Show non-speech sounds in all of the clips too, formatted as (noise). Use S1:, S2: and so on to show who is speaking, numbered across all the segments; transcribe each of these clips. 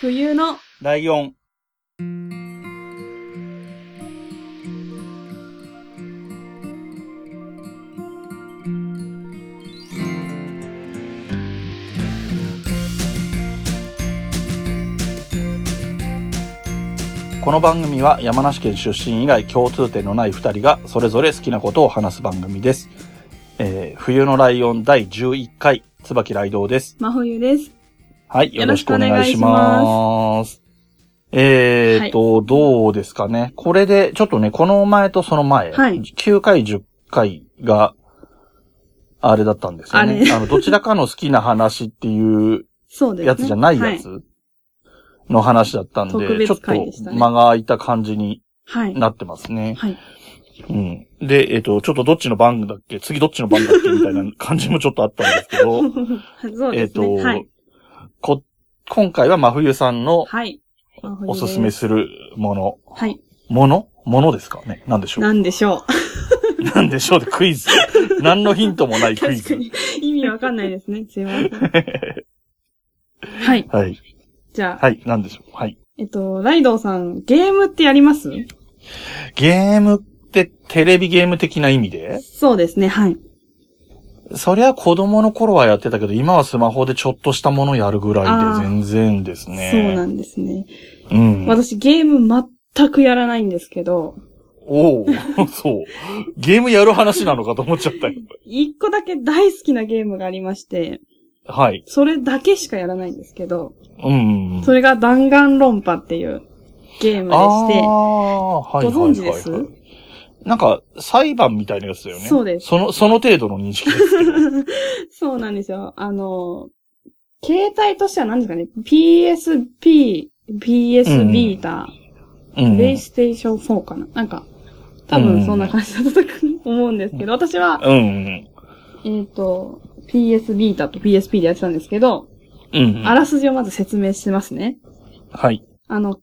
S1: 冬の
S2: ライオン。この番組は山梨県出身以外共通点のない2人がそれぞれ好きなことを話す番組です。えー冬のライオン第11回、椿雷道です。
S1: 真冬です。
S2: はい、よろしくお願いします。えーと、どうですかね。これで、ちょっとね、この前とその前、
S1: はい
S2: 9回、10回が、あれだったんですよ
S1: あ
S2: ね。
S1: れ
S2: あの、どちらかの好きな話っていう
S1: そうですね。
S2: やつじゃないやつの話だったんで、
S1: 特
S2: ちょっ
S1: 別
S2: と
S1: 会でしたね
S2: 間が空いた感じに
S1: はい。はい。
S2: なってますね。
S1: はい。
S2: うん。で、えっ、と、ちょっとどっちの番だっけ次どっちの番だっけみたいな感じもちょっとあったんですけど、
S1: そうで
S2: えっ、
S1: すね。
S2: と、
S1: はい。
S2: こ、今回は真冬さんの
S1: はい。真冬
S2: おすすめ
S1: です。
S2: するもの。
S1: はい。
S2: ものものですかねなんでしょ
S1: なんでしょ。
S2: うなんでしょうでクイズ。何のヒントもないうクイ
S1: 確か
S2: ズ。
S1: に。意味わかんないです
S2: (laughs)
S1: ね。すいません。はい。
S2: はい。
S1: じゃあ、
S2: はい。なんでしょうはい。
S1: えっと、ライドウさん、ゲームってやります
S2: ゲームってテレビゲーム的な意味で
S1: そうですね。はい。
S2: そりゃ子供の頃はやってたけど、今はスマホでちょっとしたものやるぐらいで全然です
S1: そう
S2: ね。
S1: なんですね。
S2: うん。
S1: 私、ゲーム全くやらないんですけど、
S2: おお、 (laughs) そう。ゲームやる話なのかと思っちゃったよ。
S1: 一個だけ大好きなゲームがありまして、
S2: はい。
S1: それだけしかやらないんですけど、
S2: うん。
S1: それが弾丸論破っていうゲームでして、
S2: あーはいはいはいはい。
S1: ご存知です
S2: なんか、裁判みたいなやつだよね。
S1: そうです
S2: その、その程度の認識
S1: (laughs)
S2: ですけど。
S1: そうなんですよ。あの、携帯としては何ですかね ?PSP、PS ビータ、
S2: う
S1: プ
S2: ん。
S1: レイステーション4かななんか、多分そんな感じだったと思うんですけど、私は、
S2: うん。
S1: えっ、と、PS ビータと PSP でやってたんですけど、
S2: うん。
S1: あらすじをまず説明しますね。
S2: はい。
S1: あの、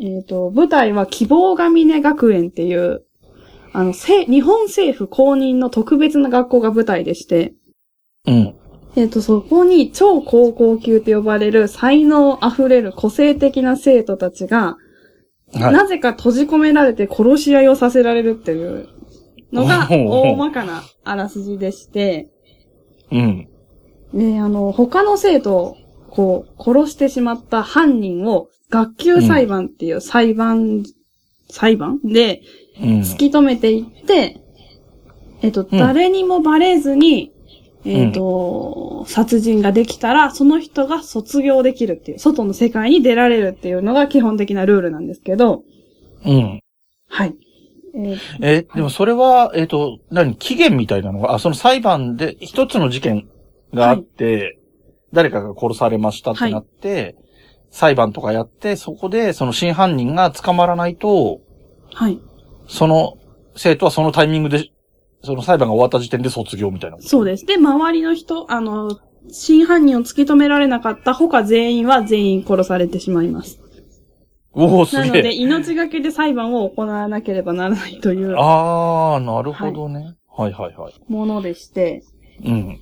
S1: えっ、と、舞台は希望が峰学園っていう、あの、せ、日本政府公認の特別な学校が舞台でして、
S2: うん。
S1: えっ、と、そこに超高校級と呼ばれる才能あふれる個性的な生徒たちが、
S2: はい。
S1: なぜか閉じ込められて殺し合いをさせられるっていうのが、
S2: おお
S1: 大まかなあらすじでして、
S2: うん。
S1: ね、あの、他の生徒を、こう、殺してしまった犯人を、学級裁判っていう裁判、裁判で、
S2: うん。
S1: 突き止めていって、えっと、
S2: うん
S1: 誰にもバレずに、えっと、殺人ができたら、その人が卒業できるっていう、外の世界に出られるっていうのが基本的なルールなんですけど、
S2: うん。
S1: はい。えー
S2: え、でもそれは、えっ、と、何期限みたいなのが、あ、その裁判で一つの事件があって、誰かが殺されましたってなって、裁判とかやって、そこでその真犯人が捕まらないと、
S1: はい。
S2: その生徒はそのタイミングで、その裁判が終わった時点で卒業みたいな。
S1: そうです。で、周りの人、あの、真犯人を突き止められなかった他全員は全員殺されてしまいます。
S2: おおす
S1: なの
S2: げ
S1: で、
S2: え。
S1: 命がけで裁判を行わなければならないという
S2: ああ、なるほどね。はい、はい、はい。
S1: ものでして、
S2: うん。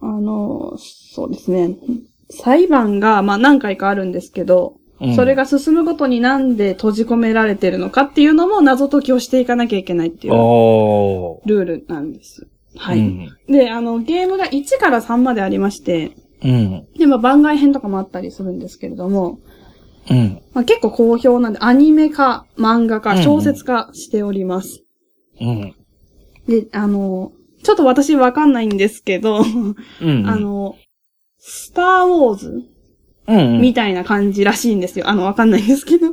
S1: あの、そうですね。裁判が、まあ何回かあるんですけど、
S2: うん
S1: それが進むごとになんで閉じ込められてるのかっていうのも謎解きをしていかなきゃいけないってい
S2: あ
S1: う
S2: ー
S1: ルールなんです。はい。
S2: うん。
S1: で、あの、ゲームが1から3までありまして、
S2: うん。
S1: で、まあ番外編とかもあったりするんですけれども、
S2: うん。
S1: まあ、結構好評なんで、アニメ化、漫画
S2: うんう
S1: 化、
S2: ん
S1: 小説化しております。
S2: うん。
S1: で、あの、ちょっと私わかんないんですけど、
S2: うん。
S1: あ、の、スターウォーズ
S2: うん。
S1: みたいな感じらしいんですよ。あの、わかんないんですけ
S2: (laughs)
S1: ど。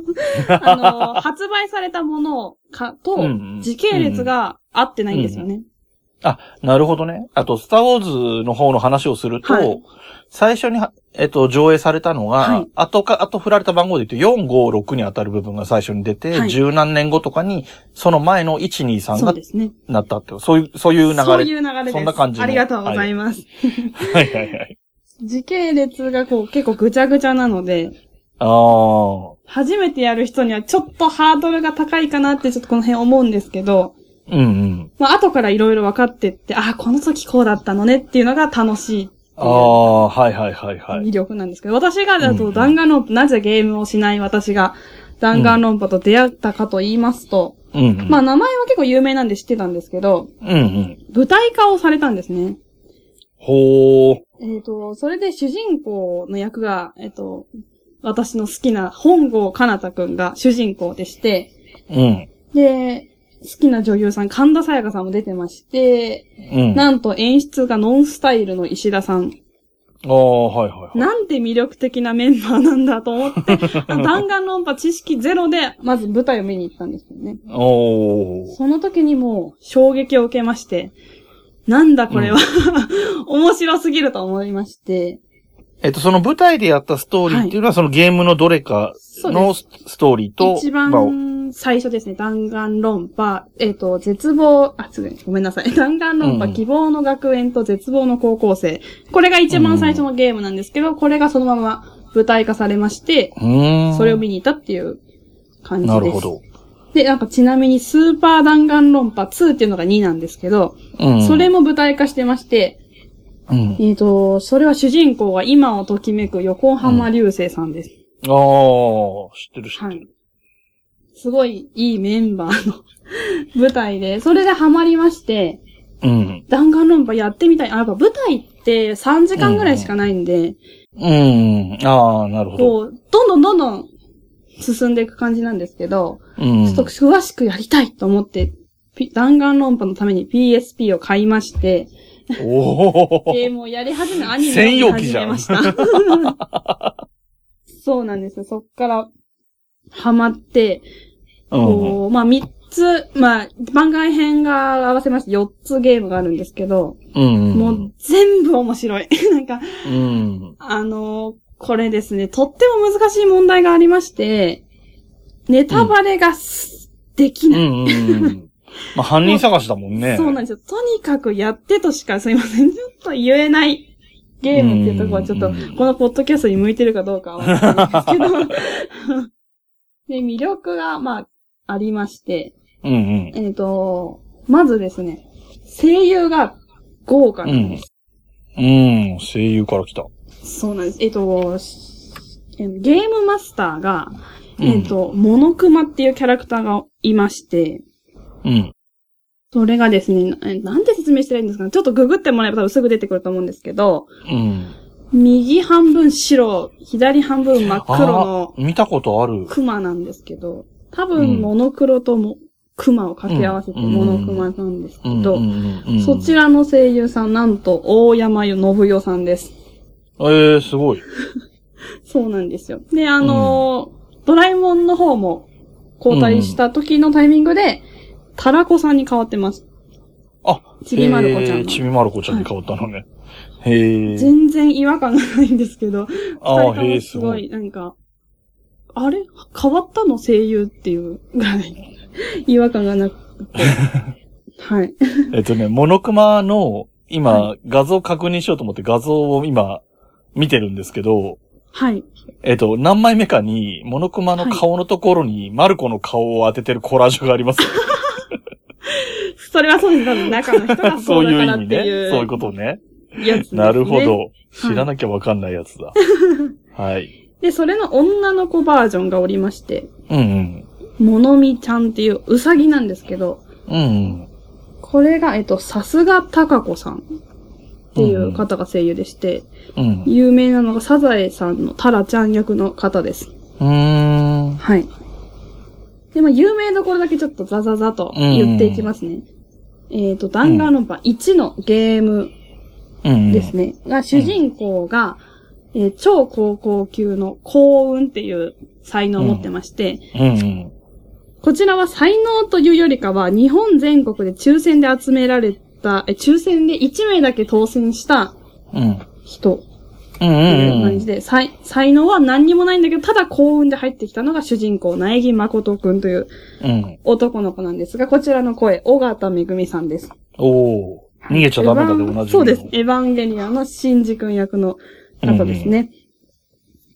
S1: あの、発売されたものかと
S2: うんうん、
S1: 時系列が合ってないんですよね。
S2: なるほどね。あと、スターウォーズの方の話をすると、
S1: はい
S2: 最初には、えっと、上映されたのが、
S1: はい
S2: 後か、後振られた番号で言うと、4、5、6に当たる部分が最初に出て、
S1: はい
S2: 十何年後とかに、その前の1、2、3
S1: そう
S2: が
S1: ですね。
S2: なったって、そういう、そういう流れ。
S1: そういう流れです。
S2: そんな感じの
S1: ありがとうございます。
S2: はいはいはい。
S1: 時系列がこう結構ぐちゃぐちゃなので、
S2: ああ。
S1: 初めてやる人にはちょっとハードルが高いかなってちょっとこの辺思うんですけど、
S2: うんうん。
S1: まあ後からいろいろ分かってって、ああ、この時こうだったのねっていうのが楽しい
S2: ああ、はいはいはいはい。
S1: 魅力なんですけど、私がだ
S2: うんう
S1: と
S2: ん
S1: 弾丸論破、なぜゲームをしない私が弾丸論破と出会ったかと言いますと、
S2: うん、うん。
S1: まあ名前は結構有名なんで知ってたんですけど、
S2: うんうん。
S1: 舞台化をされたんですね。
S2: ほー。
S1: えっ、と、それで主人公の役が、えっ、と、私の好きな本郷奏太くんが主人公でして、
S2: うん。
S1: で、好きな女優さん、神田沙也加さんも出てまして、
S2: うん。あ
S1: なんと演出がノンスタイルの石田さん。
S2: あー、はいはいはい。
S1: なんて魅力的なメンバーなんだと思っ
S2: (laughs)
S1: て、弾丸論破知識ゼロで、まず舞台を見に行ったんですけどね。
S2: おー。
S1: その時にもう衝撃を受けまして、なんだこれは、 (laughs) 面白すぎると思いまして、
S2: えっと、その舞台でやったストーリーっていうのは、そのゲームのどれかのスストーリーと、
S1: 一
S2: まあ
S1: 番最初ですね、弾丸論破、えっ、と、絶望、あ、すぐに、ごめんなさい。 (laughs) 弾丸論破、
S2: うん
S1: 希望の学園と絶望の高校生。これが一番最初のゲームなんですけど、これがそのまま舞台化されまして、
S2: うーん。
S1: それを見に行ったっていう感じです。
S2: なるほど。
S1: で、なんかちなみにスーパー弾丸論破2っていうのが2なんですけど、
S2: うん。
S1: それも舞台化してまして、
S2: うん。
S1: えっ、と、それは主人公は今をときめく横浜流星さんです。
S2: ああ、知ってる知って
S1: は
S2: る。
S1: い。すごいいいメンバーの (laughs) 舞台で、それでハマりまして、
S2: うん。
S1: 弾丸論破やってみたい。あ、やっぱ舞台って3時間ぐらいしかないんで、
S2: うん。ああ、なるほど。
S1: こう、どんどんどんどん進んでいく感じなんですけど、
S2: うん。
S1: ちょっと詳しくやりたいと思って、ピ弾丸論破のために PSP を買いまして、
S2: おお。
S1: ゲームをやり始め、アニメを見始めました。
S2: (laughs)
S1: そうなんですよ。そっから、ハマって、
S2: うん。
S1: こう、まあ、三つ、まあ、番外編が合わせまして4つゲームがあるんですけど、
S2: うん。
S1: もう全部面白い。 (laughs) なんか、
S2: うん。
S1: あのーこれですね、とっても難しい問題がありまして、ネタバレがすでき
S2: うん
S1: ない。
S2: うん。まあ、犯人探しだもんね。
S1: そうなんですよ。とにかくやってとしか、すいません、ちょっと言えないゲームっていうところはちょっと
S2: うんうんうん、
S1: このポッドキャストに向いてるかどうかはわからないんです (laughs) けど、で、魅力が、まあ、ありまして、
S2: うんうん。
S1: えっ、と、まずですね、声優が豪華なんです。
S2: うん。声優から来た。
S1: そうなんです。えっ、と、しえーゲームマスターが、
S2: うん
S1: えっ、と、モノクマっていうキャラクターがいまして、
S2: うん。
S1: それがですね、なえーなんて説明したらいいんですかねちょっとググってもらえば多分すぐ出てくると思うんですけど、
S2: うん。
S1: 右半分白、左半分真っ黒の
S2: あー見たことある。
S1: クマなんですけど、多
S2: うん
S1: 分モノクロとも、クマを掛け合わせて
S2: うん
S1: モノクマなんですけ
S2: うん
S1: ど、
S2: うんうん。
S1: そちらの声優さん、なんと、大山信代さんです。
S2: ええ、すごい。
S1: そうなんですよ。で、あのードラえもんの方も交代した時のタイミングで、タラコさんに変わってます。
S2: あ、
S1: ちびまる子ちゃんの
S2: へーちびまる子ちゃんに変わったのね。へえ。
S1: 全然違和感がないんですけど、
S2: あ
S1: 二人
S2: あ、
S1: と
S2: へえ、
S1: も
S2: す
S1: す
S2: ご
S1: ご
S2: い。
S1: い、なんか、あれ変わったの声優っていうぐらい、 (laughs) 違和感がなく
S2: (laughs)
S1: て。はい。
S2: えっとね、モノクマの、今
S1: は、
S2: 画像確認しようと思って画像を今、見てるんですけど、
S1: はい。
S2: えっと、何枚目かに、モノクマの顔のところに、マルコの顔を当ててるコラージュが
S1: (laughs)
S2: あります。
S1: それはそうです。多分中の人が
S2: そ
S1: そううだ
S2: いう
S1: か
S2: 意
S1: らって
S2: 味ね。そういう
S1: いう
S2: ことね。
S1: やつですね。
S2: なるほど。
S1: (laughs) い
S2: 知らなきゃわかんないやつだ。はい。
S1: で、それの女の子バージョンがおりまして、
S2: うん
S1: ものみちゃんっていううさぎなんですけど、
S2: うん。うん
S1: これが、えっと、さすがたかこさんっていう方が声優でして、
S2: うん。うん。
S1: 有名なのがサザエさんのタラちゃん役の方です。
S2: うーん。
S1: はい。で、まあ、有名どころだけちょっとザザザと言っていきますね。えっ、と、弾丸論破1のゲーム
S2: うん。
S1: ですね。が、主人公が、えー超高校級の幸運っていう才能を持ってまして、
S2: うん。
S1: こちらは才能というよりかは、日本全国で抽選で集められた、え、抽選で1名だけ当選した
S2: うん。
S1: 人っ
S2: う
S1: て
S2: ん。
S1: いう
S2: う
S1: 感
S2: ん
S1: じ。で、才、才能は何にもないんだけど、ただ幸運で入ってきたのが主人公、苗木誠くんという
S2: うん。
S1: 男の子なんですが、こちらの声、尾形めぐみさんです。
S2: おお。逃げちゃダメだで
S1: エヴァン
S2: 同じ。
S1: そうです。。エヴァンゲリアンのシンジ君役の方ですね。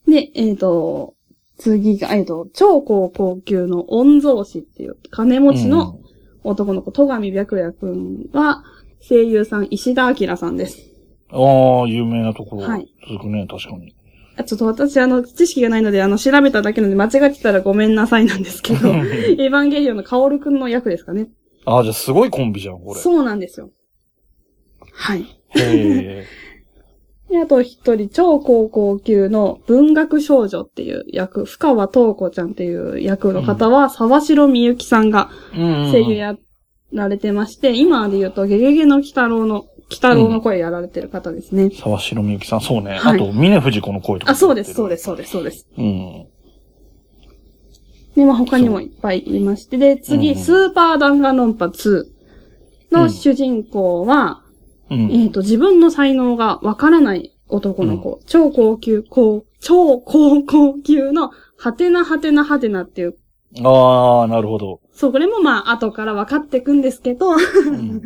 S1: で、えっ、と、次が、えっ、と、超高校級の御曹司っていう金持ちの男の子、戸上白夜くんは、声優さん、石田明さんです。
S2: ああ、有名なところ
S1: はい
S2: 続くね、確かに。 (laughs)
S1: あちょっと私、あの、知識がないので、あの、調べただけなので、間違ってたらごめんなさいなんですけど、エヴァンゲリオンのカオルくんの役ですかね。
S2: ああ、じゃあすごいコンビじゃん、これ。
S1: そうなんですよ。はい。
S2: へえ。
S1: で、あと一人、超高校級の文学少女っていう役、深川東子ちゃんっていう役の方は、沢城みゆきさんが
S2: うんうんうん。
S1: 声優やられてまして、今で言うと、ゲゲゲの鬼太郎の、鬼太郎の声やられてる方ですね。
S2: 沢城みゆきさん、そうね。
S1: はい
S2: あと、峰藤子の声とか。。
S1: あ、そうです、そうですす、そうです、そうです。
S2: うん。
S1: で、まあ、他にもいっぱいいまして、で、次、
S2: うんうん
S1: スーパー弾丸論破2の主人公は、
S2: うん。
S1: えっ、と、自分の才能がわからない男の子、超高級、高、超高校級の、ハテナハテナハテナっていう、
S2: ああ、なるほ
S1: (laughs)
S2: ど。
S1: そう、これもまあ、後から分かってくんですけど、 (laughs)
S2: うん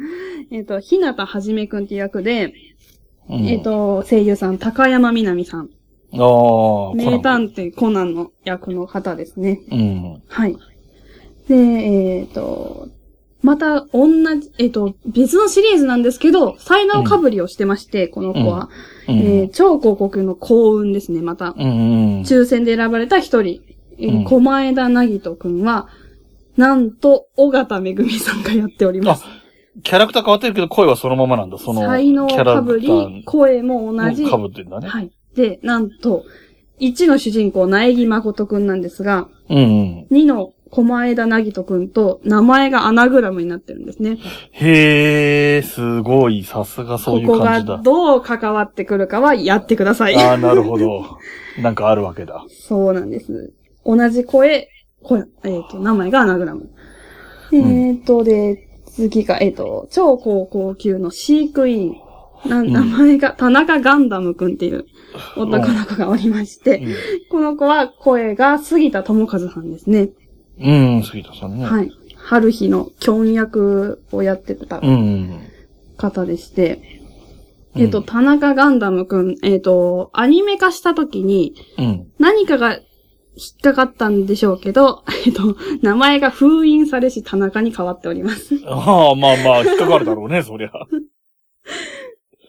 S1: えっと、ひなたはじめくんっていう役で、
S2: うん
S1: えっ、と、声優さん、高山みなみさん、
S2: ああ、コナン
S1: 名探偵コナンの役の方ですね。
S2: うん。
S1: はい。で、えっ、と、また同じ、えっ、と、別のシリーズなんですけど、才能かぶりをしてまして、この子は、え
S2: う
S1: ー
S2: ん。
S1: 超広告の幸運ですね、また。
S2: うんうん。
S1: 抽選で選ばれた一人、えー
S2: うん
S1: 狛枝なぎとくんは、なんと、尾形めぐみさんがやっております。
S2: キャラクター変わってるけど、声はそのままなんだ。その、
S1: 才能かぶり、声も同じ。
S2: かぶってんだね。
S1: はい。で、なんと、1の主人公、苗木誠くんなんですが、
S2: うんうん。
S1: 2の狛枝なぎとくんと名前がアナグラムになってるんですね。
S2: へえ、すごい。さすがそう
S1: こ
S2: い
S1: こ
S2: う
S1: が
S2: 感じだ。
S1: どう関わってくるかはやってください。
S2: ああ、なるほど。なんかあるわけだ。
S1: そうなんです。同じ声、声えっ、と、名前がアナグラム。
S2: ん
S1: えっ、と、で、次が、えっ、と、超高校級の飼育員。な
S2: うん
S1: 名前が、田中ガンダムくんっていう男の子がおりまして、この子は声が杉田智和さんですね。
S2: うん、うん杉田さんね。
S1: はい。春日のキョン役をやってた
S2: うんうん。
S1: 方でして、
S2: うん
S1: えっ、と、田中ガンダムくん、えっ、と、アニメ化した時に
S2: うん。
S1: 何かが引っかかったんでしょうけど、 (laughs) えっ、と、名前が封印されし田中に変わっております。 (laughs)
S2: ああ、まあまあ、引っかかるだろうね、そりゃ。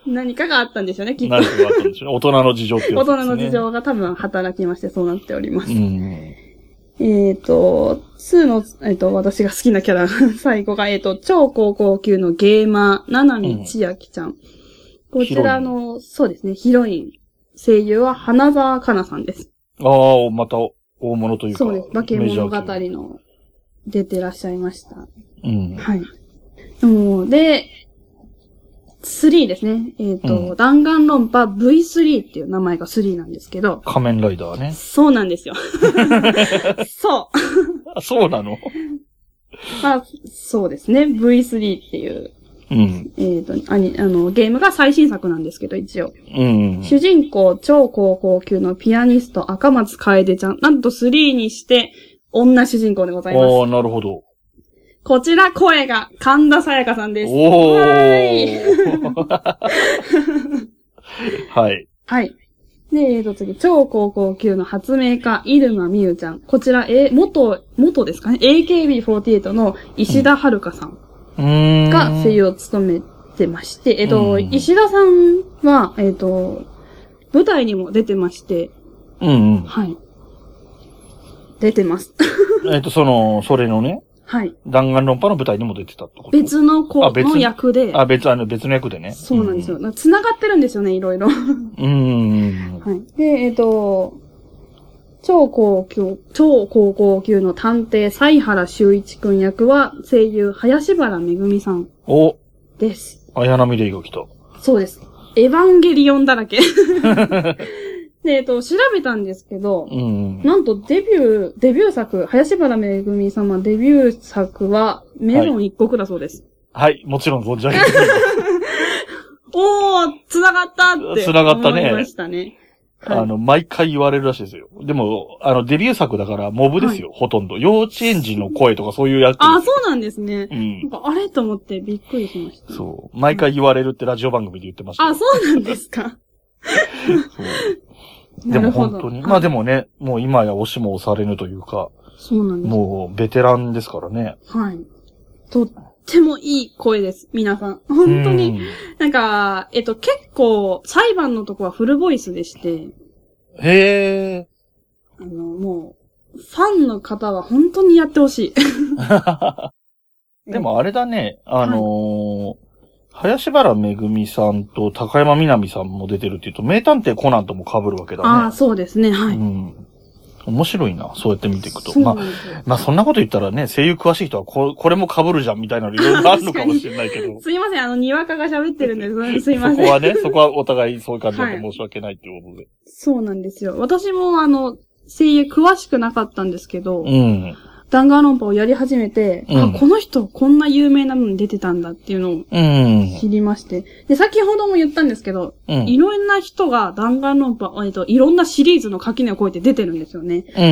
S1: 何かがあったんでしょうね、きっと。
S2: 何かがあったんでしょうね。大人の事情っていう
S1: 大
S2: やつですね
S1: 人の事。情が多分働きましてそうなっております。
S2: うん
S1: えっ、と、2の、えっ、と、私が (laughs) 好きなキャラ、最後が、えっ、と、超高校級のゲーマー、七海千秋ちゃん。こちらの、そうですね、ヒロイン。声優は花澤香菜さんです。
S2: うん。ああ、また、大物というか。
S1: そうです。化け物語
S2: メジャー級
S1: の出てらっしゃいました。
S2: うん。
S1: はい。もう、で、3ですね。えっ、と、
S2: う
S1: 弾丸論破 V3 っていう名前が3なんですけど、
S2: 仮面ライダーね。
S1: そうなんです
S2: (laughs)
S1: よ。そう。
S2: あ、そうなの
S1: まあ、そうですね。V3 っていう、
S2: うん。
S1: えっ、と、アニあの、ゲームが最新作なんですけど、一応。
S2: うん。
S1: 主人公超高校級のピアニスト赤松楓ちゃん。なんと3にして、女主人公でございます。
S2: ああ、なるほど。
S1: こちら声が神田沙也加さんです。
S2: おお。
S1: わ
S2: はい。
S1: はい。で、えーと、次、超高校級の発明家、入間美優ちゃん。こちら、えー、元、元ですかね ?AKB48 の石田遥香さん
S2: うーん。
S1: が声優を務めてまして、えっ、と、
S2: うん
S1: 石田さんは、えっ、と、舞台にも出てまして、
S2: うんうん。
S1: はい。出てます。 (laughs)
S2: えっと、その、それのね、
S1: はい。
S2: 弾丸論破の舞台にも出てたってこと
S1: 別の子
S2: あ別
S1: の役で、
S2: あ、別、あの、別の役でね。
S1: そうなんですよ。。繋がってるんですよね、いろいろ。
S2: うん。
S1: はい。で、えっ、と、超高級、超高校級の探偵、西原修一くん役は、声優、林原めぐみさん
S2: お、
S1: です。
S2: 綾波レイが来た。
S1: そうです。エヴァンゲリオンだら (laughs) け。で、えっ、と、調べたんですけど、
S2: うん。
S1: なんとデビュー、デビュー作、林原めぐみ様デビュー作は、メロン一国だそうです。
S2: はい、もちろん存じ上げて
S1: おー、繋がったって。
S2: 繋がったね
S1: 思いましたね。はい
S2: あの、毎回言われるらしいですよ。でも、あの、デビュー作だから、モブですよ、ほとんど。幼稚園児の声とかそういう役。
S1: あ、そうなんですね。
S2: う
S1: なん
S2: ん。
S1: かあれと思ってびっくりしました。
S2: そう。毎回言われるってラジオ番組で言ってましたよ。
S1: あ、そうなんですか。 (laughs)
S2: そう
S1: な
S2: (laughs)
S1: る
S2: でも
S1: ほ
S2: 本
S1: ど
S2: 当に。
S1: あ
S2: まあでもね、もう今や押しも押されぬというか、
S1: そうなんです。
S2: もうベテランですからね。
S1: はい。とっってもいい声です、皆さん。本当に。。なんか、えっと、結構、裁判のとこはフルボイスでして、
S2: へえ。
S1: あの、もう、ファンの方は本当にやってほしい。
S2: で、もあれだね、あのー林原めぐみさんと高山みなみさんも出てるっていうと、名探偵コナンとも被るわけだね。
S1: ああ、そうですね、はい。
S2: うん。面白いな、そうやって見ていくと。
S1: そうな
S2: ま
S1: ん
S2: あ、
S1: ですよ。
S2: まあそんなこと言ったらね、声優詳しい人はここれも被るじゃんみたいなのいろいろあるのかもしれないけど
S1: すいません、あの、にわかが喋ってるん (laughs)
S2: (laughs)
S1: です。すいま
S2: そ
S1: せ
S2: こ
S1: ん。
S2: はね、そこはお互いそういう感じで申し訳ないっていうことで。
S1: そうなんですよ。私も、あの、声優詳しくなかったんですけど、
S2: うん。
S1: 弾丸論破をやり始めて、
S2: うん
S1: あ、この人こんな有名なのに出てたんだっていうのを
S2: うん。
S1: 知りまして。で、先ほども言ったんですけど、
S2: うん。うん
S1: いろんな人が弾丸論破、えっと、いろんなシリーズの垣根を越えて出てるんですよね。
S2: うん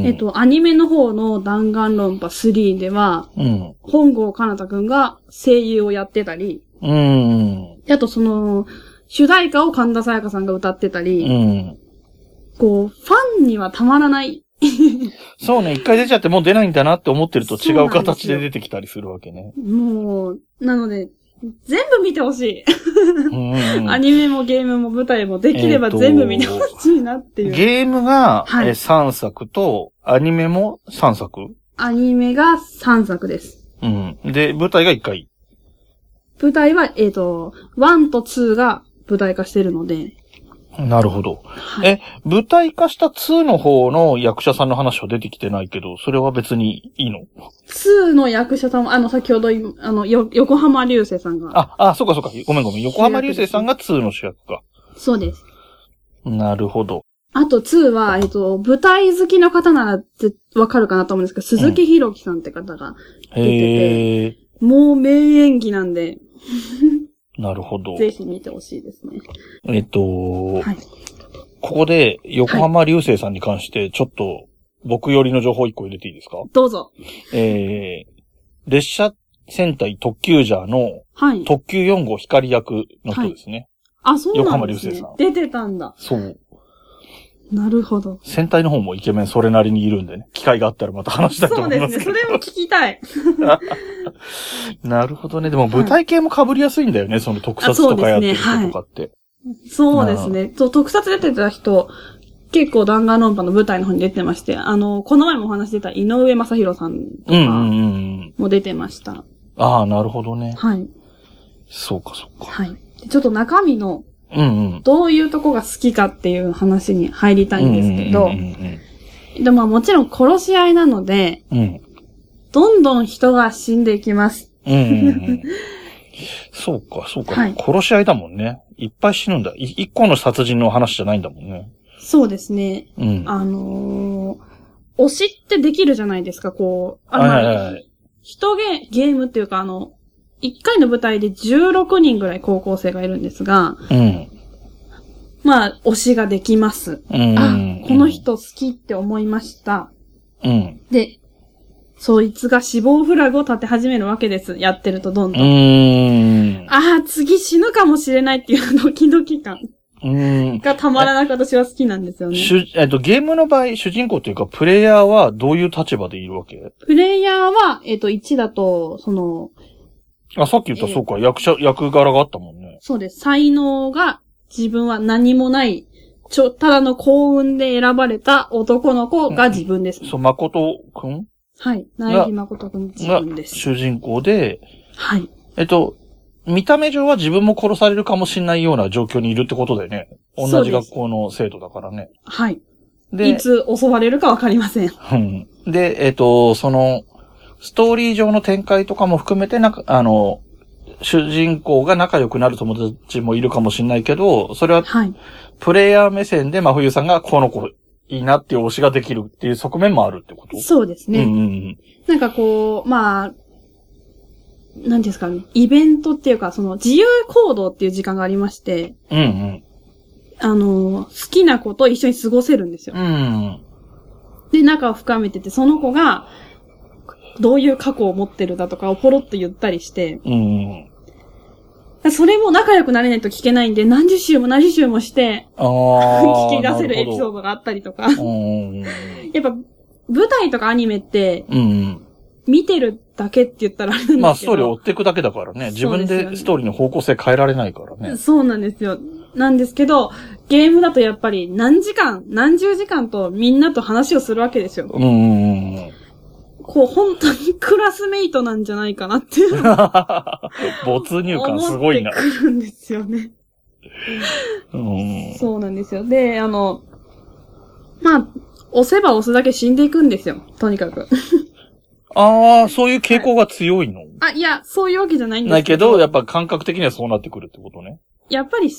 S2: うん。
S1: えっ。と、アニメの方の弾丸論破3では、
S2: うん。
S1: 本郷奏太くんが声優をやってたり、
S2: うん。
S1: あとその、主題歌を神田沙也加さんが歌ってた
S2: う
S1: り、
S2: ん。
S1: こう、ファンにはたまらない。
S2: そうね、一回出ちゃってもう出ないんだなって思ってると違
S1: そう
S2: う
S1: なんです
S2: 形
S1: よ
S2: で出てきたりするわけね。
S1: もう、なので、全部見てほし
S2: うんうんう
S1: (laughs) い。
S2: ん
S1: アニメもゲームも舞台もできれ
S2: え
S1: ば
S2: ーと
S1: 全部見てほしいなっていう。
S2: ゲームが、
S1: はい
S2: え3作と、アニメも3作
S1: アニメが3作です。
S2: うん。で、舞台が1回。
S1: 舞台は、えっ、と、1と2が舞台化してるので、
S2: なるほど。
S1: は
S2: え、舞台化した2の方の役者さんの話は出てきてないけど、それは別にいいの
S1: 2の役者さんも、あの、先ほどい、あの、よ横浜流星さんが。
S2: あ、あ、そうかそうか。ごめんごめん。横浜流星さんが2の主役か。
S1: そうです。
S2: なるほど。
S1: あと2は、えっ、と、舞台好きの方ならぜわかるかなと思うんですけど、鈴木ひろきさんって方が、
S2: へえ。
S1: もう名演技なんで、
S2: なるほど。
S1: ぜひ見てほしいですね。
S2: えっと、
S1: はい。
S2: ここで横浜流星さんに関して、ちょっと僕寄りの情報1個入れていいですか
S1: どうぞ。
S2: えー、列車戦隊特急ジャーの
S1: はい。
S2: 特急4号光役の人ですね。
S1: あ、そうなんですね。
S2: 横浜流
S1: 出てたんだ。
S2: そう。
S1: なるほど。
S2: 戦隊の方もイケメンそれなりにいるんでね。機会があったらまた話したいと
S1: そう
S2: 思い
S1: で
S2: ますす
S1: ね。
S2: け
S1: そ
S2: ど。
S1: れを聞きたい。
S2: なるほどね。でも舞台系も被りやすいんだよね。その特撮とかやってる人とかって。
S1: そうですね。と特撮出てた人、結構弾丸論破の舞台の方に出てまして、あの、この前もお話出た井上正宏さんと
S2: うんうん
S1: か
S2: うんうん。
S1: も出てました。
S2: ああ、なるほどね。
S1: はい。
S2: そうかそうか。
S1: はい。でちょっと中身の
S2: うんうん。
S1: どういうとこが好きかっていう話に入りたいんですけど
S2: うん、うん
S1: でもまあもちろん殺し合いなので、
S2: うんうん。
S1: どんどん人が死んでいきます。
S2: うんうんうん。そうか、そうか、
S1: はい
S2: 殺し合いだもんね。いっぱい死ぬんだ。い一個の殺人の話じゃないんだもんね。
S1: そうですね。
S2: うん。
S1: あのー、推しってできるじゃないですか、こう。あ
S2: はいはい
S1: の
S2: はい。
S1: 人ゲーゲームっていうかあの、1回の舞台で16人ぐらい高校生がいるんですが、
S2: うん。
S1: まあ、推しができます。
S2: うん。
S1: あ
S2: うん、
S1: この。人好きって思いました。
S2: うん。
S1: で、そいつが死亡フラグを立て始めるわけです。やってるとどん
S2: う
S1: どん。
S2: ーん。
S1: ああ、次死ぬかもしれないっていうドキドキ感
S2: うーん。
S1: がたまらなく私は好きなんですよね。
S2: 主えっと、ゲームの場合、主人公というか、プレイヤーはどういう立場でいるわけ
S1: プレイヤーは、えっ、と、1だと、その、
S2: あ、さっき言った、そうか、役者、役柄があったもんね。
S1: そうです。才能が自分は何もない、ちょ、ただの幸運で選ばれた男の子が自分です。
S2: そう、誠くん
S1: はい。苗木誠くん自
S2: が
S1: 分です。
S2: 主人公で、
S1: はい。
S2: えっと、見た目上は自分も殺されるかもしれないような状況にいるってことだよね。
S1: そ
S2: 同
S1: う
S2: じ
S1: です
S2: 学校の生徒だからね。
S1: はい。い
S2: で、
S1: つ襲われるかわかりません。
S2: うんで、えっと、その、ストーリー上の展開とかも含めて、なんか、あの、主人公が仲良くなる友達もいるかもしれないけど、それは
S1: はい。
S2: プレイヤー目線で真冬さんがこの子いいなっていう推しができるっていう側面もあるってこと
S1: そうですね。
S2: うんうん
S1: なんかこう、まあ、なんていうんですかね、イベントっていうか、その自由行動っていう時間がありまして、
S2: うん。うん
S1: あの、好きな子と一緒に過ごせるんですよ
S2: うん。。うん
S1: で、仲を深めてて、その子が、どういう過去を持ってるだとかをポロッと言ったりして、
S2: うんうん。
S1: それも仲良くなれないと聞けないんで、何十週も何十週もして、
S2: ああ。
S1: (laughs) 聞き出せるエピソード
S2: ー
S1: があったりとか。 (laughs)
S2: ド。うんうんうん
S1: やっぱ、舞台とかアニメって、
S2: うんうん。
S1: 見てるだけって言ったらあれなんですけど。
S2: まあ、ストーリーを追っていくだけだからね。自分
S1: そうですよ
S2: で
S1: ね
S2: ストーリーの方向性変えられないからね。
S1: そうなんですよ。なんですけど、ゲームだとやっぱり何時間、何十時間とみんなと話をするわけですよ。
S2: うんうんうん。
S1: こう、本当にクラスメイトなんじゃないかなって
S2: 没入感す
S1: 思
S2: ご
S1: っ
S2: い
S1: て
S2: な。
S1: くるんですよね。
S2: うん。
S1: そうなんですよ。で、あの、まあ、押せば押すだけ死んでいくんですよ。とにかく。
S2: ああ、そういう傾向が強いの、
S1: あ、いや、そういうわけじゃないんで
S2: ない
S1: す
S2: け
S1: け
S2: ど、
S1: ど、
S2: やっぱ感覚的にはそうなってくるってことね。
S1: やっぱり、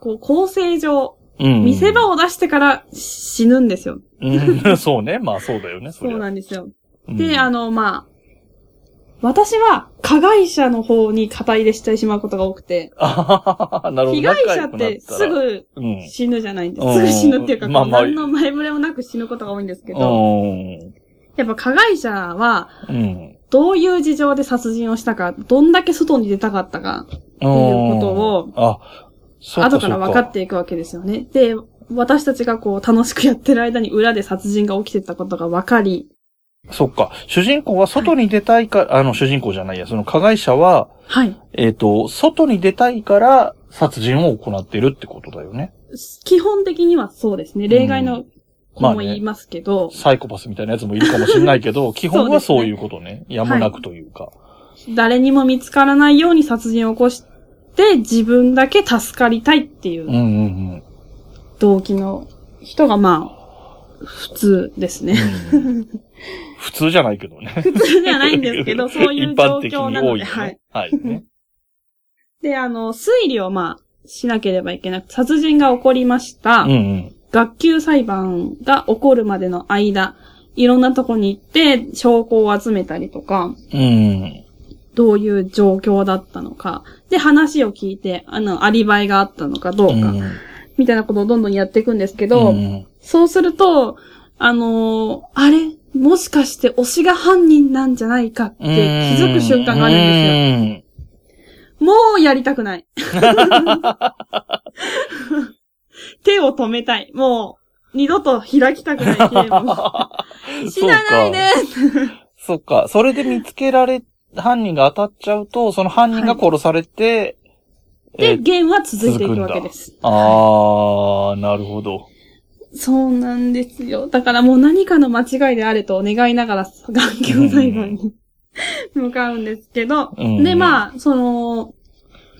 S1: こう、構成上、
S2: うん。
S1: 見せ場を出してから死ぬんですよ。
S2: うん、 (laughs) そうね。まあそうだよね、そ
S1: そ
S2: れ
S1: うなんですよ。
S2: うん
S1: で、あの、まあ、私は加害者の方に肩入れしてしまうことが多くて、
S2: あはははなるほど。
S1: 被害者ってす
S2: 仲良くなっ
S1: ぐ
S2: たら、うん。
S1: 死ぬじゃないんです。
S2: うん
S1: すぐ死ぬっていうか、
S2: まあ
S1: こう
S2: まあ
S1: 何の前触れもなく死ぬことが多いんですけど、
S2: うん
S1: やっぱ加害者は、
S2: うん。
S1: どういう事情で殺人をしたか、どんだけ外に出たかったか、
S2: って
S1: いうことを、
S2: あ、そう。
S1: 後から分かってていくわけですよね。で、私たちがこう楽しくやってる間に裏で殺人が起きてたことが分かり、
S2: そっか。主人公は外に出たいから、あの、主人公じゃないや、その加害者は、
S1: はい。
S2: えっ、と、外に出たいから殺人を行ってるってことだよね。
S1: 基本的にはそうですね。例外の子も言いますけど、
S2: サイコパスみたいなやつもいるかもしれないけ
S1: (laughs)
S2: ど、基本はそういうことね。やむなくというか。
S1: 誰にも見つからないように殺人を起こして、自分だけ助かりたいっていう
S2: うんうんうん。
S1: 動機の人がまあ、普通です
S2: (laughs)
S1: ね。 (laughs)
S2: うん普通じゃないけどね。
S1: 普通ではないんですけど、そういう
S2: (laughs) 一
S1: 状
S2: 般的に
S1: 況な
S2: 多
S1: の
S2: い
S1: で、
S2: よ
S1: はい
S2: ね。。はい。ね
S1: で、あの、推理をまあ、しなければいけなく、殺人が起こりました。
S2: うんうん。
S1: 学級裁判が起こるまでの間、いろんなとこに行って、証拠を集めたりとか、
S2: うん。
S1: どういう状況だったのか、で、話を聞いて、あの、アリバイがあったのかどうか、
S2: うん
S1: みたいなことをどんどんやっていくんですけど、
S2: うん
S1: そうすると、あのーあれもしかして推しが犯人なんじゃないかって気づく瞬間があるんですよ。
S2: うん
S1: もうやりたくない。手を止めたい。もう、二度と開きたくないゲームを。 (laughs) 死なないで
S2: そっか。それで見つけられ、犯人が当たっちゃうと、その犯人が殺されて、
S1: で、
S2: えー
S1: ゲームは続いていくわけです。
S2: あー、なるほど。
S1: そうなんですよ。だからもう何かの間違いであれと願いながら、眼鏡裁判に向かうんですけど、
S2: うん
S1: で、まあ、その、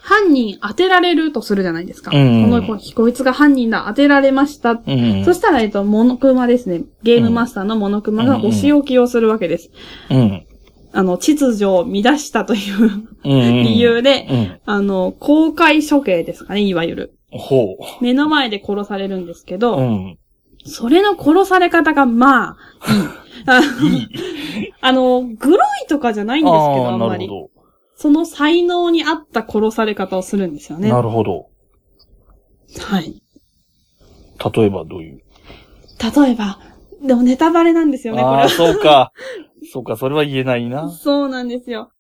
S1: 犯人当てられるとするじゃないですか。
S2: う
S1: こ
S2: ん
S1: の子、こいつが犯人だ、当てられました。
S2: うん。
S1: そしたら、えっと、モノクマですね。ゲームマスターのモノクマがお仕置きをするわけです。
S2: うん。
S1: あの、秩序を乱したという
S2: うん
S1: 理由で、
S2: うん。
S1: あの、公開処刑ですかね、いわゆる。
S2: ほ
S1: 目の前で殺されるんですけ
S2: う。
S1: ど、
S2: うん。
S1: それの殺され方が、まあ、いい。
S2: いい。
S1: あの、グロいとかじゃないんですけど、あ
S2: ー
S1: ん
S2: な
S1: ま
S2: る
S1: り。
S2: ほ
S1: その才能に合った殺され方をするんですよ
S2: ど。
S1: ね。
S2: なるほど。
S1: はい。
S2: 例えばどういう。
S1: 例えば、でもネタバレなんですよね、こ
S2: あ
S1: れ
S2: あ、そうか。そうか、それは言えない
S1: は。
S2: な。
S1: そうなんですよ。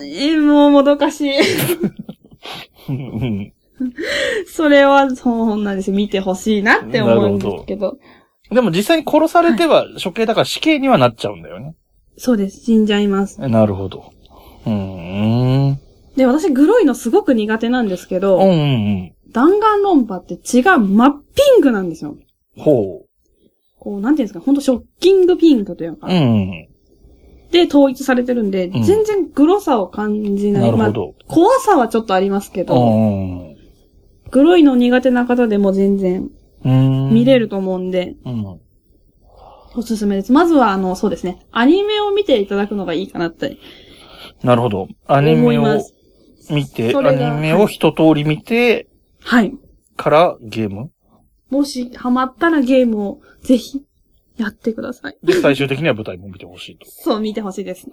S1: え、もうもどかしい。 (laughs)
S2: うん
S1: それは、そうなんですよ。見てほしいなって思うんですけど。
S2: でも実際に殺されては処刑だから死刑にはなっちゃうんだよね。
S1: そうです。死んじゃいます。
S2: なるほど。うーん。
S1: で、私、グロいのすごく苦手なんですけ
S2: うんう
S1: ど、
S2: ん
S1: 弾丸論破って血が真っピンクなんですよ。
S2: うん。ほ
S1: こう、なんていうんですか、ほんとショッキングピンクというか。
S2: う。うん。
S1: で、統一されてるんで、
S2: うん
S1: 全然グロさを感じない。
S2: なるほ
S1: ま
S2: ど。
S1: あ、怖さはちょっとありますけ
S2: う
S1: ど、
S2: んうん
S1: グロいの苦手な方でも全然
S2: うん。
S1: 見れる。と思うんで、
S2: うん。
S1: おすすめです。まずは、あの、そうですね。アニメを見ていただくのがいいかなって
S2: なるほど。アニ
S1: 思い
S2: メ
S1: ま
S2: を
S1: す。
S2: 見て、
S1: そ
S2: ア
S1: れが
S2: ニメを一通り見て
S1: はい。
S2: からゲーム
S1: もし、ハマったらゲームをぜひ、やってください。
S2: で、最終的には舞台も見てほしいと。
S1: そう、見てほしいです。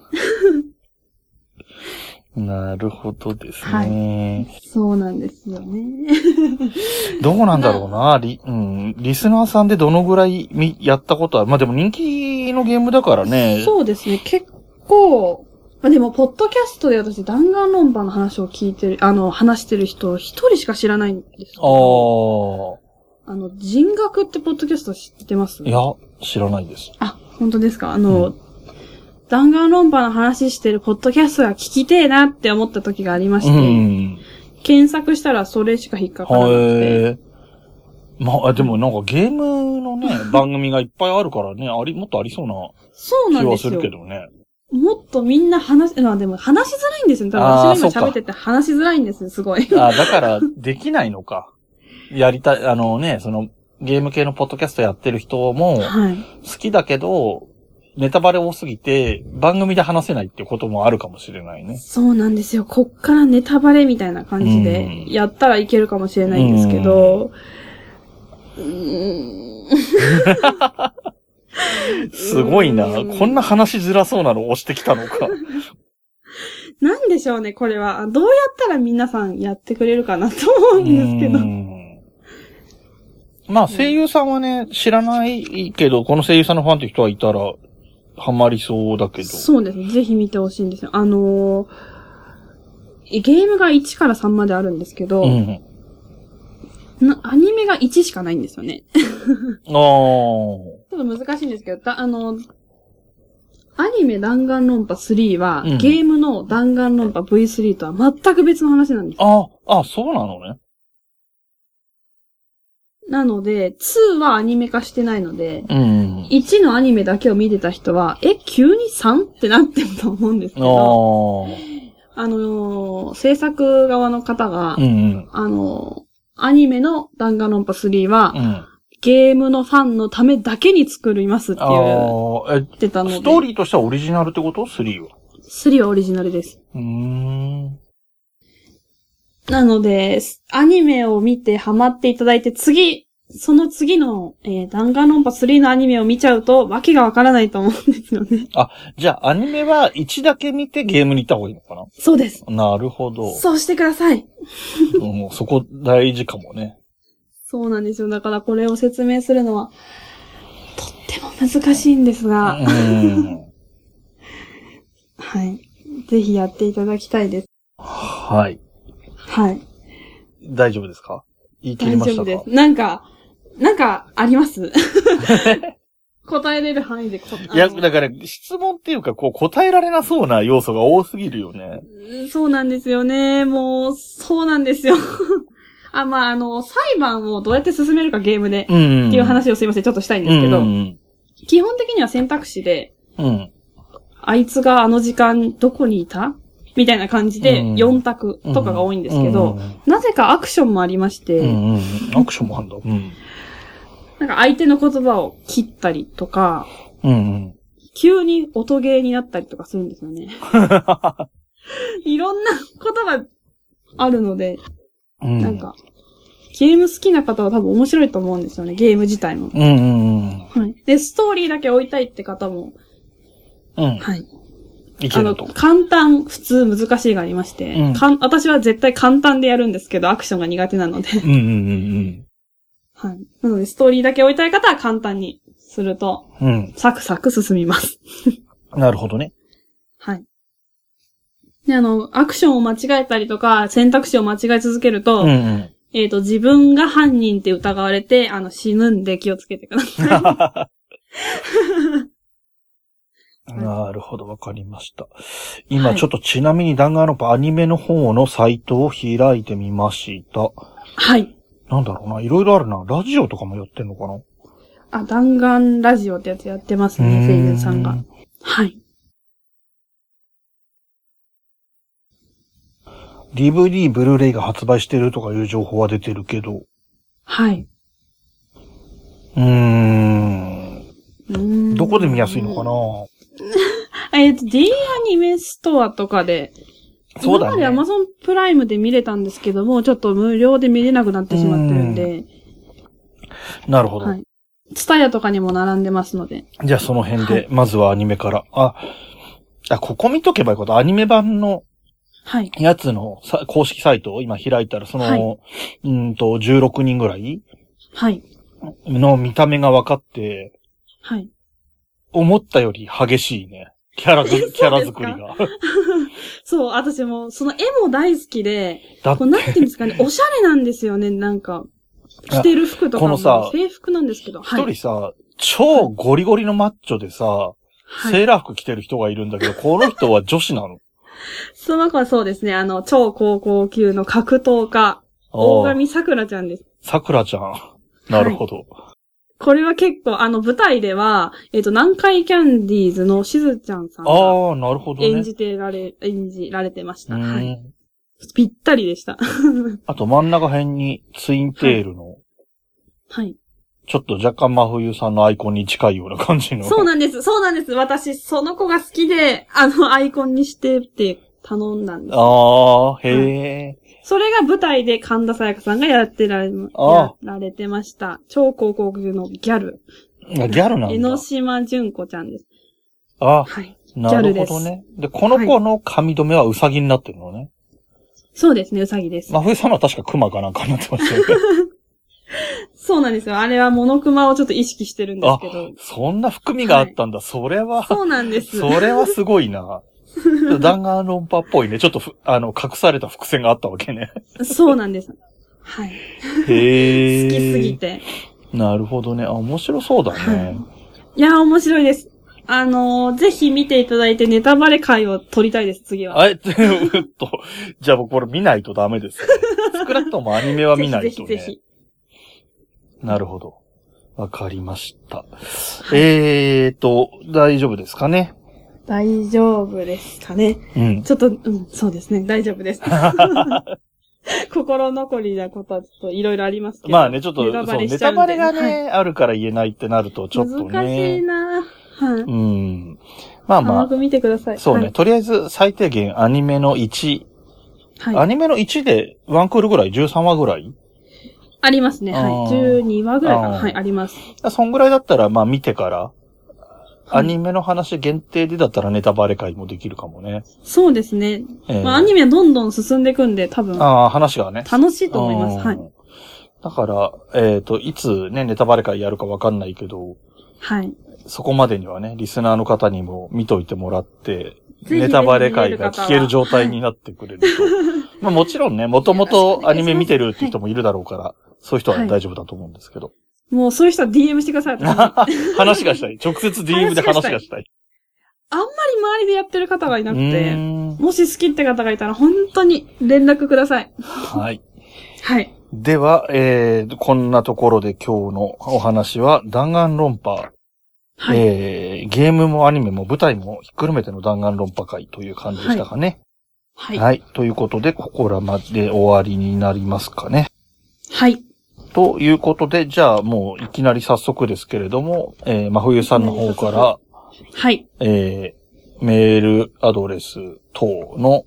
S2: なるほどです
S1: は
S2: ね。
S1: そうなんですよね。
S2: どうなんだろうな。リ、うん。リスナーさんでどのぐらいみやったことは、まあでも人気のゲームだからね。
S1: そうですね。結構、まあ、でも、ポッドキャストで私、弾丸論破の話を聞いてる、あの、話してる人、一人しか知らないんですけど。
S2: あ
S1: あの、人学ってポッドキャスト知ってます
S2: あ。いや、知らないです。
S1: あ、本当ですかあの、弾丸論破の話してるポッドキャストが聞きてえなって思った時がありまし
S2: う
S1: て、
S2: ん。
S1: 検索したらそれしか引っかからなくて。
S2: はい。まあ、でもなんかゲームの
S1: (laughs)
S2: ね、番組がいっぱいあるからね、あり、もっとありそうな
S1: そうな
S2: 気
S1: んで
S2: は
S1: す
S2: す
S1: よ
S2: る。けどね。
S1: もっとみんな話、まあでも話しづらいんですよ。多分
S2: あー
S1: 私が
S2: そっ
S1: 今喋
S2: か
S1: ってて話しづらいんですよ、すごい。
S2: あだから、できないのか。やりたい、あのね、その、ゲーム系のポッドキャストやってる人も、
S1: はい。
S2: 好きだけど、ネタバレ多すぎて、番組で話せないってこともあるかもしれないね。
S1: そうなんですよ。こっからネタバレみたいな感じ
S2: うん
S1: で、やったらいけるかもしれないんですけど、うーん (laughs)
S2: すごいな。
S1: うん
S2: こんな話しづらそうなの押してきたのか。
S1: なんでしょうね、これは。どうやったら皆さんやってくれるかなと思うんですけ
S2: う
S1: ど。
S2: んまあ声優さんはね、知らないけど、この声優さんのファンって人はいたら、ハマりそうだけど。
S1: そうですね。ぜひ見てほしいんですよ。あのーゲームが1から3まであるんですけど、
S2: うん。
S1: なアニメが1しかないんですよね。
S2: ああ。
S1: ちょっと難しいんですけど、だあの、アニメ弾丸論破3は、
S2: うん
S1: ゲームの弾丸論破 V3 とは全く別の話なんです。
S2: ああ、そうなのね。
S1: なので、2はアニメ化してないので、
S2: うん。
S1: 1のアニメだけを見てた人は、え、急に 3? ってなってると思うんですけ
S2: あ
S1: ど、
S2: あ。
S1: あのー制作側の方が、
S2: うん。
S1: あのーアニメの弾丸論破3は、
S2: うん。
S1: ゲームのファンのためだけに作りますって
S2: あ
S1: 言
S2: あ。え、
S1: ってたので、
S2: ストーリーとしてはオリジナルってこと ?3 は。
S1: 3はオリジナルです。
S2: うーん。
S1: なので、すアニメを見てハマっていただいて、次、その次の、えー、弾丸論破3のアニメを見ちゃうと、わけがわからないと思うんですよね。
S2: じゃあ、アニメは1だけ見てゲームに行った方がいいのか
S1: (laughs) そうです。
S2: ななるほど。
S1: そうしてください。
S2: うんそこ大事かもね。
S1: そうなんですよ。だからこれを説明するのは、とっても難しいんですが、
S2: うん。
S1: はい。ぜひやっていただきたいです。
S2: はい。
S1: はい。
S2: 大丈夫ですか言い切り
S1: 大
S2: ま
S1: 丈
S2: した
S1: 夫で
S2: か
S1: す。なんか、なんか、あります (laughs) 答えれる範囲でこ、
S2: いや、
S1: あの
S2: だから、質問っていうか、こう、答えられなそうな要素が多すぎるよね。
S1: そうなんですよね。もう、そうなんですよ。 (laughs) あ、まあ、あの、裁判をどうやって進めるかゲームで
S2: うん。
S1: っていう話をすいません、ちょっとしたいん
S2: うん
S1: ですけど、
S2: うん。
S1: 基本的には選択肢で、
S2: うん。
S1: あいつがあの時間どこにいたみたいな感じで
S2: うん
S1: 4択とかが多いんですけど、なぜかアクションもありまして、
S2: うん。うん。うんアクションもあるんだ。うん。
S1: なんか相手の言葉を切ったりとか、
S2: うんうん。
S1: 急に音ゲーになったりとかするんですよ
S2: (laughs)
S1: ね。いろんなことがあるので、
S2: うん。
S1: なんか、ゲーム好きな方は多分面白いと思うんですよね、ゲーム自体も。
S2: うん。うんうん。
S1: はい。で、ストーリーだけ追いたいって方も、
S2: うん。
S1: はい。
S2: いけ
S1: あ
S2: る
S1: の、
S2: と。
S1: 簡単、普通、難しいがありまして、
S2: うん
S1: かん私は絶対簡単でやるんですけど、アクションが苦手なので、
S2: (laughs) うんうん
S1: はい。なので、ストーリーだけ追いたい方は簡単にすると、
S2: うんうん。
S1: サクサク進みます。
S2: うん。なるほどね。
S1: はい。で、あの、アクションを間違えたりとか、選択肢を間違え続けると、
S2: うんうん。
S1: えっ、と、自分が犯人って疑われて、あの、死ぬんで気をつけてください。
S2: なるほど、わかりました。今、ちょっとちなみに弾丸のアニメの方のサイトを開いてみました。
S1: はい。
S2: なんだろうな、いろいろあるな。ラジオとかもやってんのかな
S1: あ、弾丸ラジオってやつやってますね、声優さんが。。はい。
S2: DVD、ブルーレイが発売してるとかいう情報は出てるけど。
S1: はい。
S2: うーん。ど
S1: ど
S2: こで見やすいのかな
S1: なえっ、と、D アニメストアとかで、
S2: そうだね
S1: 今。まで Amazon プライムで見れたんですけども、ちょっと無料で見れなくなってしまってるんで、
S2: なるほど。
S1: はい。ツタヤとかにも並んでますので。
S2: じゃあその辺で、
S1: はい
S2: まずはアニメから。あ、あ、ここ見とけばいいこと。アニメ版の
S1: はい。
S2: やつのさ公式サイトを今開いたら、その、
S1: はいう
S2: ーんと、16人ぐらい
S1: はい。
S2: の見た目が分かって、
S1: はい。
S2: 思ったより激しいね。キャラ、キ
S1: えそうですか
S2: ャラ作りが。
S1: (laughs) そう、私も、その絵も大好きで、
S2: だ
S1: こう、なんていうんです
S2: (laughs)
S1: かね、おしゃれなんですよね、なんか。着てる服とか
S2: この
S1: も
S2: さ
S1: 制服なんですけど。は
S2: 一人
S1: い。
S2: さ、超ゴリゴリのマッチョでさ、
S1: はい
S2: セーラー服着てる人がいるん
S1: (laughs)
S2: だけど、この人は女子なの。
S1: その子はそうですね、あの、超高校級の格闘家、大
S2: ああ、
S1: 神桜ちゃんです。
S2: 桜ちゃん。なるほど。
S1: これは結構、あの、舞台では、えっ、と、南海キャンディーズのしずちゃんさんが
S2: ああ、なるほどね。
S1: 演じてられ、演じられてまし
S2: う
S1: た。は
S2: ー
S1: い。
S2: ん
S1: ぴったりでした。 (laughs)
S2: あと真ん中辺にツインテールの、
S1: はい。
S2: ちょっと若干真冬さんのアイコンに近いような感じの。
S1: そうなんです、そうなんです。私、その子が好きで、あの、アイコンにしてって頼んだんです。
S2: ああ、へえ。
S1: それが舞台で神田沙也加さんがやってられ、や
S2: あ
S1: られてました。超高校級のギャル、
S2: あギャルな
S1: 江
S2: んだ
S1: ノ。島純子ちゃんです。
S2: あ
S1: はい。
S2: なるほどね。で、この子の髪留めはウサギになってるのね。
S1: そうですね、うさぎです。
S2: 真冬さんは確か熊かなんかになってまし
S1: (laughs)
S2: たよね。
S1: そうなんですよ。あれはモノクマをちょっと意識してるんですけど。
S2: そんな含みがあったんだ。それは、
S1: そうなんです。
S2: それはすごいな。弾丸論破っぽいね。ちょっとふ、あの、隠された伏線があったわけね。
S1: そうなんです。はい。
S2: へえ。
S1: 好きすぎて。
S2: なるほどね。あ、面白そうだ
S1: (laughs)
S2: ね。
S1: いやー、面白いです。あのーぜひ見ていただいてネタバレ会を撮りたいです、次は。
S2: あえて、うっと、じゃあ僕これ見ないとダメですね。少なくともアニメは見ないと
S1: ぜひぜ
S2: ね。
S1: ひ。
S2: なるほど。わかりました。えーと、大丈夫ですかね。
S1: 大丈夫ですかね。
S2: うん。
S1: ちょっと、うん、そうですね。大丈
S2: (laughs)
S1: 夫です。心残りなことはちょっといろいろありますけど。
S2: まあね、ちょっと、
S1: ネ
S2: そ
S1: タ
S2: う
S1: バレし
S2: ネ
S1: ちゃ
S2: タ
S1: うんで
S2: バレがね、
S1: はい
S2: あるから言えないってなると、ちょっとね。
S1: 難しいなーはい。
S2: うん。まあま
S1: 甘
S2: あ、
S1: く見てください。
S2: そうね、
S1: はい
S2: とりあえず最低限アニメの1、
S1: はい。
S2: アニメの1でワンクールぐらい ?13 話ぐらい
S1: ありますね。
S2: あ
S1: は
S2: ー
S1: い。12話ぐらいかな。
S2: あー
S1: はい、あります。
S2: そんぐらいだったら、まあ見てから、
S1: はい
S2: アニメの話限定でだったらネタバレ会もできるかもね。
S1: そうですね。
S2: ええ
S1: まあ、アニメはどんどん進んでいくんで、多分、楽
S2: ああ、話がね。
S1: しいと思います。は
S2: う
S1: い。
S2: んだから、えっ、と、いつね、ネタバレ会やるかわかんないけど、
S1: はい。
S2: そこまでにはね、リスナーの方にも見といてもらって、
S1: ぜひ
S2: ネタバレ会が聞ける状態になってくれる
S1: (laughs)
S2: と。まあもちろんね、もとも
S1: よろしくお願いしま
S2: と
S1: す
S2: アニメ見てるって人もいるだろうから、そういう人は大丈夫だと思うんですけど。 (laughs)
S1: もうそういう人は DM してください。私にあんま
S2: 話がしたい。直接 DM で話がしたい。
S1: り周りでやってる方がいなく
S2: うー
S1: て、
S2: ん
S1: もし好きって方がいたら、本当に連絡ください。
S2: はい。
S1: はい。
S2: では、えー、こんなところで今日のお話は、弾丸論破、
S1: はい。
S2: えー、ゲームもアニメも舞台もひっくるめての弾丸論破会という感じでしたかね。
S1: は。
S2: はいい。
S1: はい。
S2: ということで、ここらまで終わりになりますかね。
S1: はい。
S2: ということで、じゃあもういきなり早速ですけれども、えー、真冬さんの方から、えー、メールアドレス等の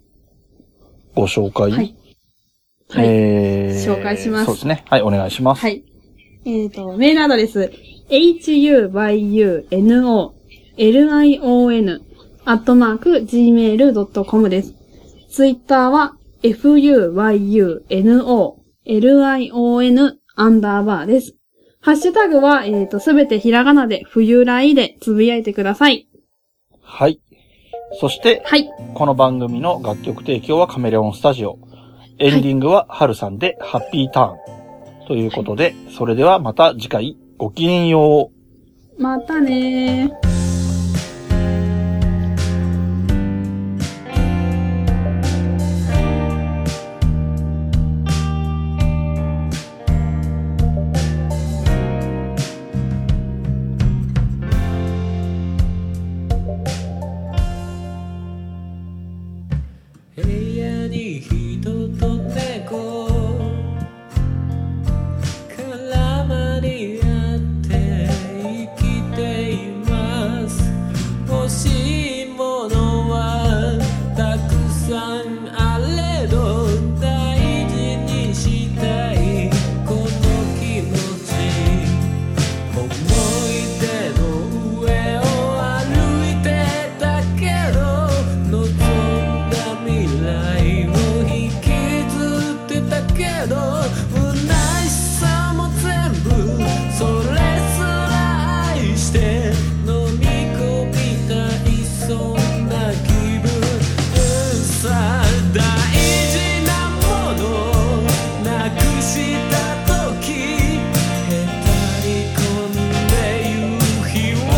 S2: ご紹介。
S1: はい。はい。
S2: えー、
S1: 紹介します
S2: そうですね。はい、お願いします。
S1: はい。えっと、メールアドレス、huyuno,lion, アットマーク、gmail.com です。ツイッターは、fuyuno, lion, アンダーバーです。ハッシュタグは、えっ、と、すべてひらがなで、冬来でつぶやいてください。
S2: はい。そして、
S1: はい。
S2: この番組の楽曲提供はカメレオンスタジオ。エンディングはハルさんでハッピーターン。ということで、それではまた次回、ごきげんよう。
S1: またねー。
S3: 部屋に人と猫絡まり合って生きています欲しいものはたくさんあれど大事にしたいこの気持ち「思い出の上を歩いてたけど」「望んだ未来を引きずってたけど」「虚しさも全部それすら愛して」「飲み込みたいそんな気分」うんさ「大事なものなくした時」「へたり込んでゆく」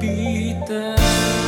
S3: ピーター